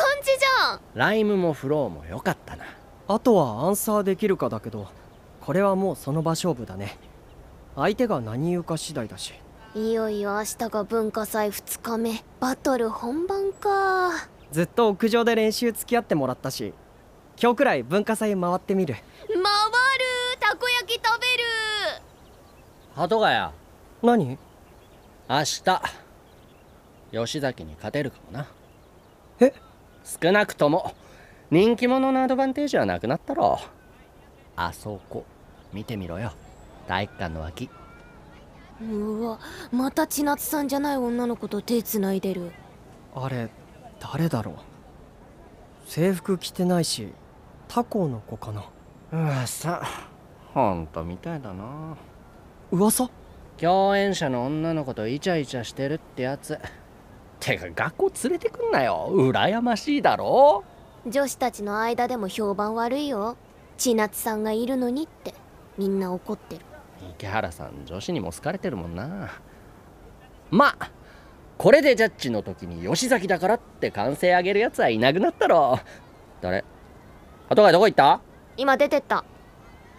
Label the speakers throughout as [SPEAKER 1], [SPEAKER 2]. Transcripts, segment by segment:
[SPEAKER 1] よ
[SPEAKER 2] ライムもフローも良かったな
[SPEAKER 3] あとはアンサーできるかだけどこれはもうその場勝負だね相手が何言うか次第だし
[SPEAKER 1] いよいよ明日が文化祭2日目バトル本番か
[SPEAKER 3] ずっと屋上で練習付き合ってもらったし今日くらい文化祭回ってみる
[SPEAKER 1] 回るたこ焼き食べる
[SPEAKER 2] 鳩ヶ谷
[SPEAKER 3] 何
[SPEAKER 2] 明日吉崎に勝てるかもな
[SPEAKER 3] え
[SPEAKER 2] 少なくとも人気者のアドバンテージはなくなったろあそこ見てみろよ体育館の脇
[SPEAKER 1] うわまた千夏さんじゃない女の子と手つないでる
[SPEAKER 3] あれ誰だろう制服着てないし他校の子かな
[SPEAKER 2] うわさほんとみたいだな
[SPEAKER 3] 噂
[SPEAKER 2] 共演者の女の子とイチャイチャしてるってやつてか学校連れてくんなよ羨ましいだろ
[SPEAKER 1] 女子たちの間でも評判悪いよ千夏さんがいるのにってみんな怒ってる
[SPEAKER 2] 池原さん女子にも好かれてるもんなまあこれでジャッジの時に吉崎だからって歓声あげるやつはいなくなったろ誰鳩がどこ行った
[SPEAKER 1] 今出てった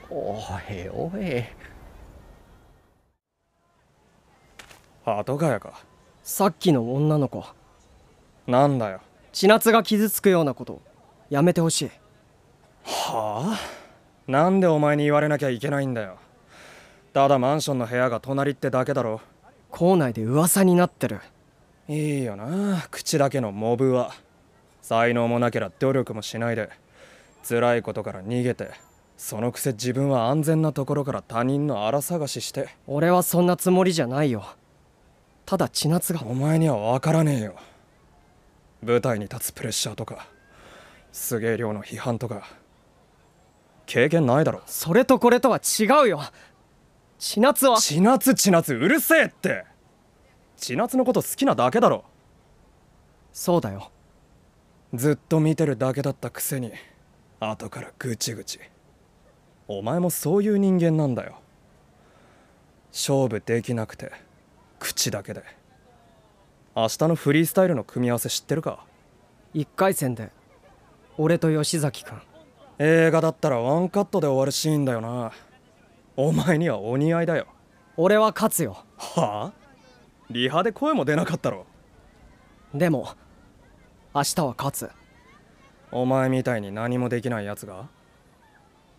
[SPEAKER 2] おいおい
[SPEAKER 4] 鳩ヶ谷か
[SPEAKER 3] さっきの女の子
[SPEAKER 4] なんだよ
[SPEAKER 3] 千夏が傷つくようなことやめてほしい
[SPEAKER 4] はあなんでお前に言われなきゃいけないんだよただマンションの部屋が隣ってだけだろ
[SPEAKER 3] 校内で噂になってる
[SPEAKER 4] いいよな口だけのモブは才能もなけりゃ努力もしないで辛いことから逃げてそのくせ自分は安全なところから他人の荒探しして
[SPEAKER 3] 俺はそんなつもりじゃないよただ千夏が
[SPEAKER 4] お前には分からねえよ舞台に立つプレッシャーとかすげえ量の批判とか経験ないだろ
[SPEAKER 3] それとこれとは違うよ千夏は
[SPEAKER 4] 千夏千夏うるせえって千夏のこと好きなだけだろ
[SPEAKER 3] そうだよ
[SPEAKER 4] ずっと見てるだけだったくせに後からぐちぐちお前もそういう人間なんだよ勝負できなくて口だけで明日のフリースタイルの組み合わせ知ってるか
[SPEAKER 3] 1回戦で俺と吉崎君
[SPEAKER 4] 映画だったらワンカットで終わるシーンだよなお前にはお似合いだよ
[SPEAKER 3] 俺は勝つよ
[SPEAKER 4] はあリハで声も出なかったろ
[SPEAKER 3] でも明日は勝つ
[SPEAKER 4] お前みたいに何もできないやつが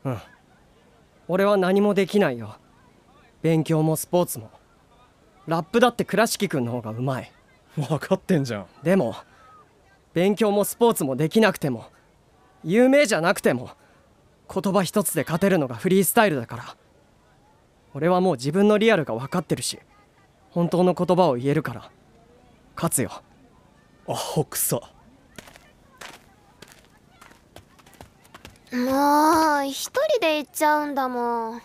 [SPEAKER 3] うん俺は何もできないよ勉強もスポーツもラップだって倉敷君の方がうまい
[SPEAKER 4] 分かってんじゃん
[SPEAKER 3] でも勉強もスポーツもできなくても有名じゃなくても言葉一つで勝てるのがフリースタイルだから俺はもう自分のリアルが分かってるし本当の言葉を言えるから勝つよ
[SPEAKER 4] アホくさ
[SPEAKER 1] もう一人で行っちゃうんだもん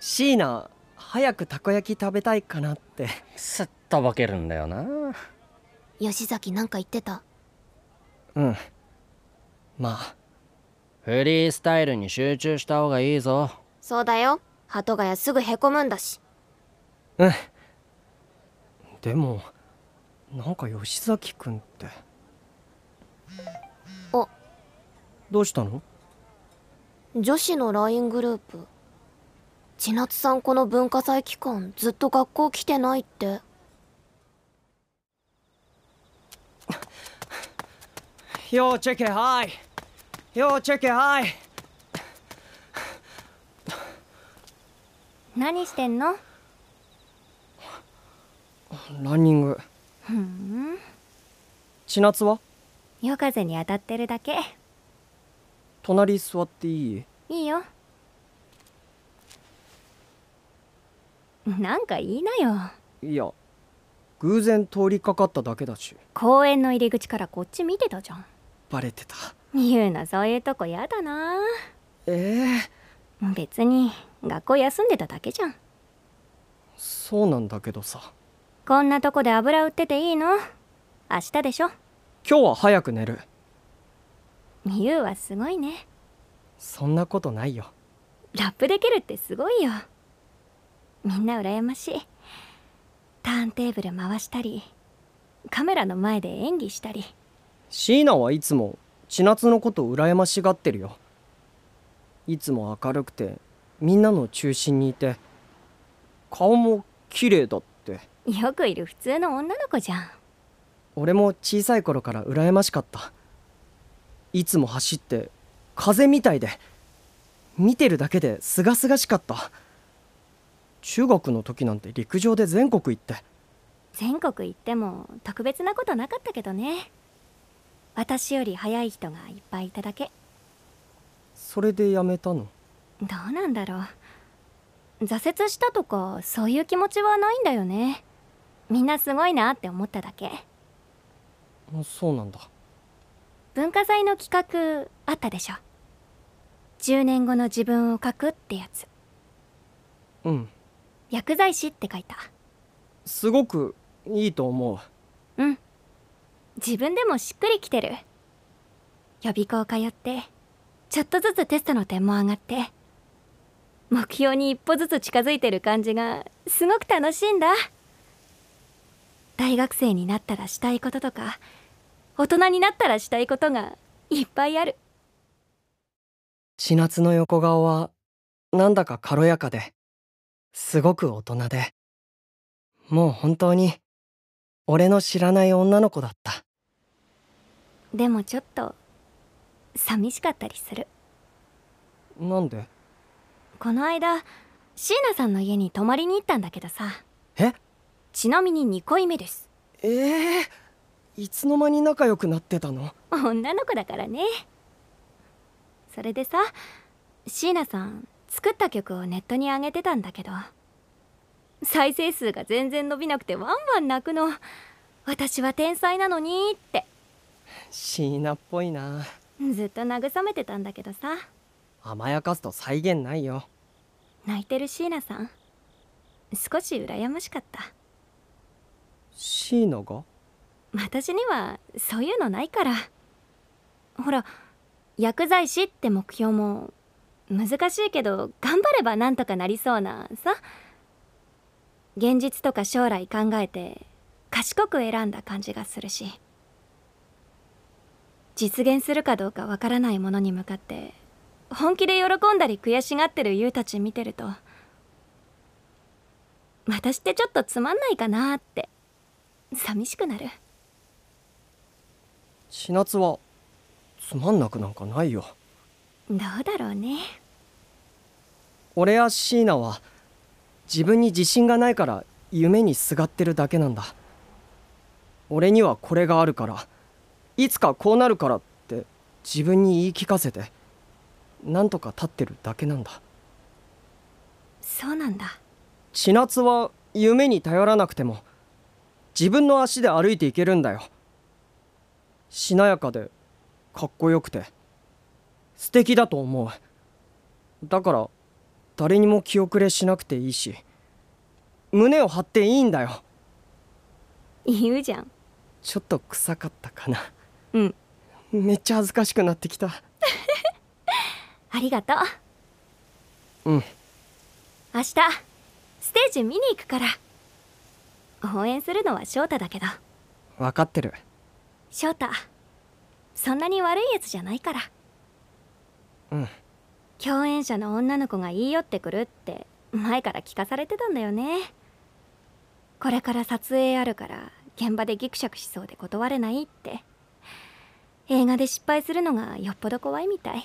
[SPEAKER 3] 椎名早くたこ焼き食べたいかなって
[SPEAKER 2] すっとぼけるんだよな
[SPEAKER 1] 吉崎なんか言ってた
[SPEAKER 3] うんまあ
[SPEAKER 2] フリースタイルに集中した方がいいぞ
[SPEAKER 1] そうだよ鳩ヶ谷すぐへこむんだし
[SPEAKER 3] うんでもなんか吉崎君って
[SPEAKER 1] あ
[SPEAKER 3] どうしたの
[SPEAKER 1] 女子の LINE グループ千夏さんこの文化祭期間ずっと学校来てないって
[SPEAKER 3] ようチェケハイようチェケハイ
[SPEAKER 5] 何してんの
[SPEAKER 3] ランニング
[SPEAKER 5] ふん
[SPEAKER 3] 千夏は
[SPEAKER 5] 夜風に当たってるだけ
[SPEAKER 3] 隣座っていい
[SPEAKER 5] いいよなんか言いなよ
[SPEAKER 3] いや偶然通りかかっただけだし
[SPEAKER 5] 公園の入り口からこっち見てたじゃん
[SPEAKER 3] バレてた
[SPEAKER 5] 言うのそういうとこやだな
[SPEAKER 3] ええ
[SPEAKER 5] 別に学校休んでただけじゃん
[SPEAKER 3] そうなんだけどさ
[SPEAKER 5] こんなとこで油売ってていいの明日でしょ
[SPEAKER 3] 今日は早く寝る
[SPEAKER 5] ゆうはすごいね
[SPEAKER 3] そんなことないよ
[SPEAKER 5] ラップできるってすごいよみんな羨ましいターンテーブル回したりカメラの前で演技したり
[SPEAKER 3] 椎名はいつも千夏のこと羨ましがってるよいつも明るくてみんなの中心にいて顔も綺麗だって
[SPEAKER 5] よくいる普通の女の子じゃん
[SPEAKER 3] 俺も小さい頃から羨ましかったいつも走って風みたいで見てるだけで清々しかった中学の時なんて陸上で全国行って
[SPEAKER 5] 全国行っても特別なことなかったけどね私より早い人がいっぱいいただけ
[SPEAKER 3] それでやめたの
[SPEAKER 5] どうなんだろう挫折したとかそういう気持ちはないんだよねみんなすごいなって思っただけ
[SPEAKER 3] あそうなんだ
[SPEAKER 5] 文化祭の企画あったでしょ10年後の自分を書くってやつ
[SPEAKER 3] うん
[SPEAKER 5] 薬剤師って書いた
[SPEAKER 3] すごくいいと思う
[SPEAKER 5] うん自分でもしっくりきてる予備校通ってちょっとずつテストの点も上がって目標に一歩ずつ近づいてる感じがすごく楽しいんだ大学生になったらしたいこととか大人になったらしたいことがいっぱいある
[SPEAKER 3] 千夏の横顔はなんだか軽やかですごく大人でもう本当に俺の知らない女の子だった
[SPEAKER 5] でもちょっと寂しかったりする
[SPEAKER 3] なんで
[SPEAKER 5] この間椎名さんの家に泊まりに行ったんだけどさ
[SPEAKER 3] え
[SPEAKER 5] ちなみに2恋目です
[SPEAKER 3] ええいつの間に仲良くなってたの
[SPEAKER 5] 女の子だからねそれでさ椎名さん作った曲をネットに上げてたんだけど再生数が全然伸びなくてワンワン泣くの私は天才なのにって
[SPEAKER 3] 椎名っぽいな
[SPEAKER 5] ずっと慰めてたんだけどさ
[SPEAKER 3] 甘やかすと再現ないよ
[SPEAKER 5] 泣いてる椎名さん少し羨ましかった
[SPEAKER 3] 椎名が
[SPEAKER 5] 私にはそういうのないからほら薬剤師って目標も難しいけど頑張ればなんとかなりそうなさ現実とか将来考えて賢く選んだ感じがするし実現するかどうかわからないものに向かって本気で喜んだり悔しがってる優たち見てると私ってちょっとつまんないかなって寂しくなる。
[SPEAKER 3] 千夏はつまんなくなんかないよ
[SPEAKER 5] どうだろうね
[SPEAKER 3] 俺や椎名は自分に自信がないから夢にすがってるだけなんだ俺にはこれがあるからいつかこうなるからって自分に言い聞かせてなんとか立ってるだけなんだ
[SPEAKER 5] そうなんだ
[SPEAKER 3] 千夏は夢に頼らなくても自分の足で歩いていけるんだよしなやかでかっこよくて素敵だと思うだから誰にも気後れしなくていいし胸を張っていいんだよ
[SPEAKER 5] 言うじゃん
[SPEAKER 3] ちょっと臭かったかな
[SPEAKER 5] うん
[SPEAKER 3] めっちゃ恥ずかしくなってきた
[SPEAKER 5] ありがとう
[SPEAKER 3] うん
[SPEAKER 5] 明日ステージ見に行くから応援するのは翔太だけど
[SPEAKER 3] 分かってる
[SPEAKER 5] 翔太そんなに悪いやつじゃないから
[SPEAKER 3] うん
[SPEAKER 5] 共演者の女の子が言い寄ってくるって前から聞かされてたんだよねこれから撮影あるから現場でギクシャクしそうで断れないって映画で失敗するのがよっぽど怖いみたい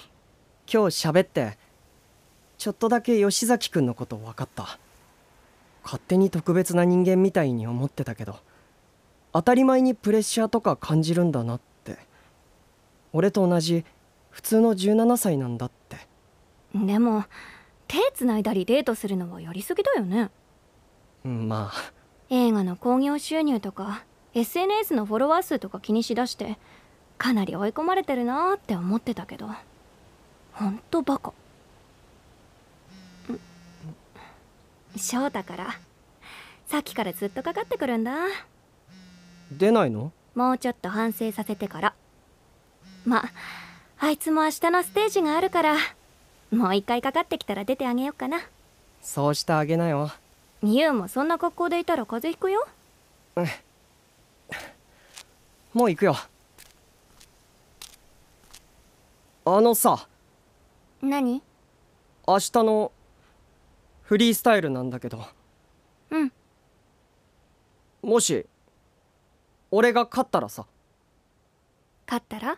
[SPEAKER 3] 今日喋ってちょっとだけ吉崎くんのこと分かった勝手に特別な人間みたいに思ってたけど当たり前にプレッシャーとか感じるんだなって俺と同じ普通の17歳なんだって
[SPEAKER 5] でも手つないだりデートするのはやりすぎだよね
[SPEAKER 3] うんまあ
[SPEAKER 5] 映画の興行収入とか SNS のフォロワー数とか気にしだしてかなり追い込まれてるなーって思ってたけどほんとバカん翔太からさっきからずっとかかってくるんだ
[SPEAKER 3] 出ないの
[SPEAKER 5] もうちょっと反省させてからまあいつも明日のステージがあるからもう一回かかってきたら出てあげようかな
[SPEAKER 3] そうしてあげなよ
[SPEAKER 5] ユウもそんな格好でいたら風邪ひくよ
[SPEAKER 3] もう行くよあのさ
[SPEAKER 5] 何
[SPEAKER 3] 明日のフリースタイルなんだけど
[SPEAKER 5] うん
[SPEAKER 3] もし俺が勝ったらさ
[SPEAKER 5] 勝ったら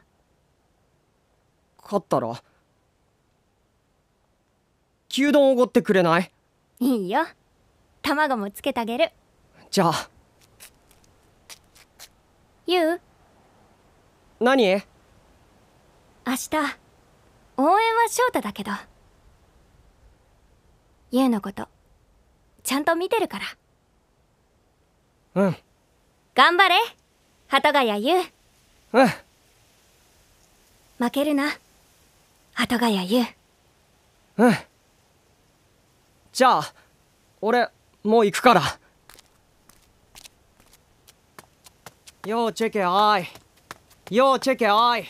[SPEAKER 3] 勝ったら牛丼おごってくれない
[SPEAKER 5] いいよ卵もつけてあげる
[SPEAKER 3] じゃあ
[SPEAKER 5] ゆう
[SPEAKER 3] 何
[SPEAKER 5] 明日応援は翔太だけどゆうのことちゃんと見てるから
[SPEAKER 3] うん
[SPEAKER 5] 頑張れ鳩ヶ谷ゆう
[SPEAKER 3] うん
[SPEAKER 5] 負けるな鳩ヶ谷ゆう
[SPEAKER 3] うんじゃあ俺もう行くからようチェケアイようチェケアイ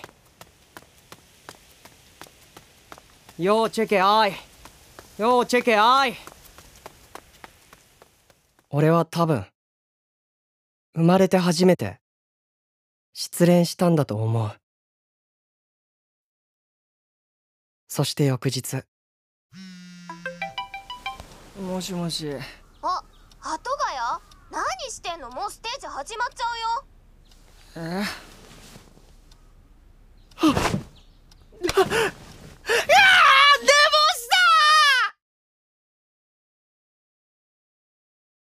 [SPEAKER 3] ようチェケアイようチェケアイ俺は多分生まれて初めて失恋したんだと思うそして翌日もしもし
[SPEAKER 6] あ、鳩ヶ谷何してんのもうステージ始まっちゃうよ
[SPEAKER 3] え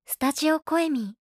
[SPEAKER 5] スタジオ声ミ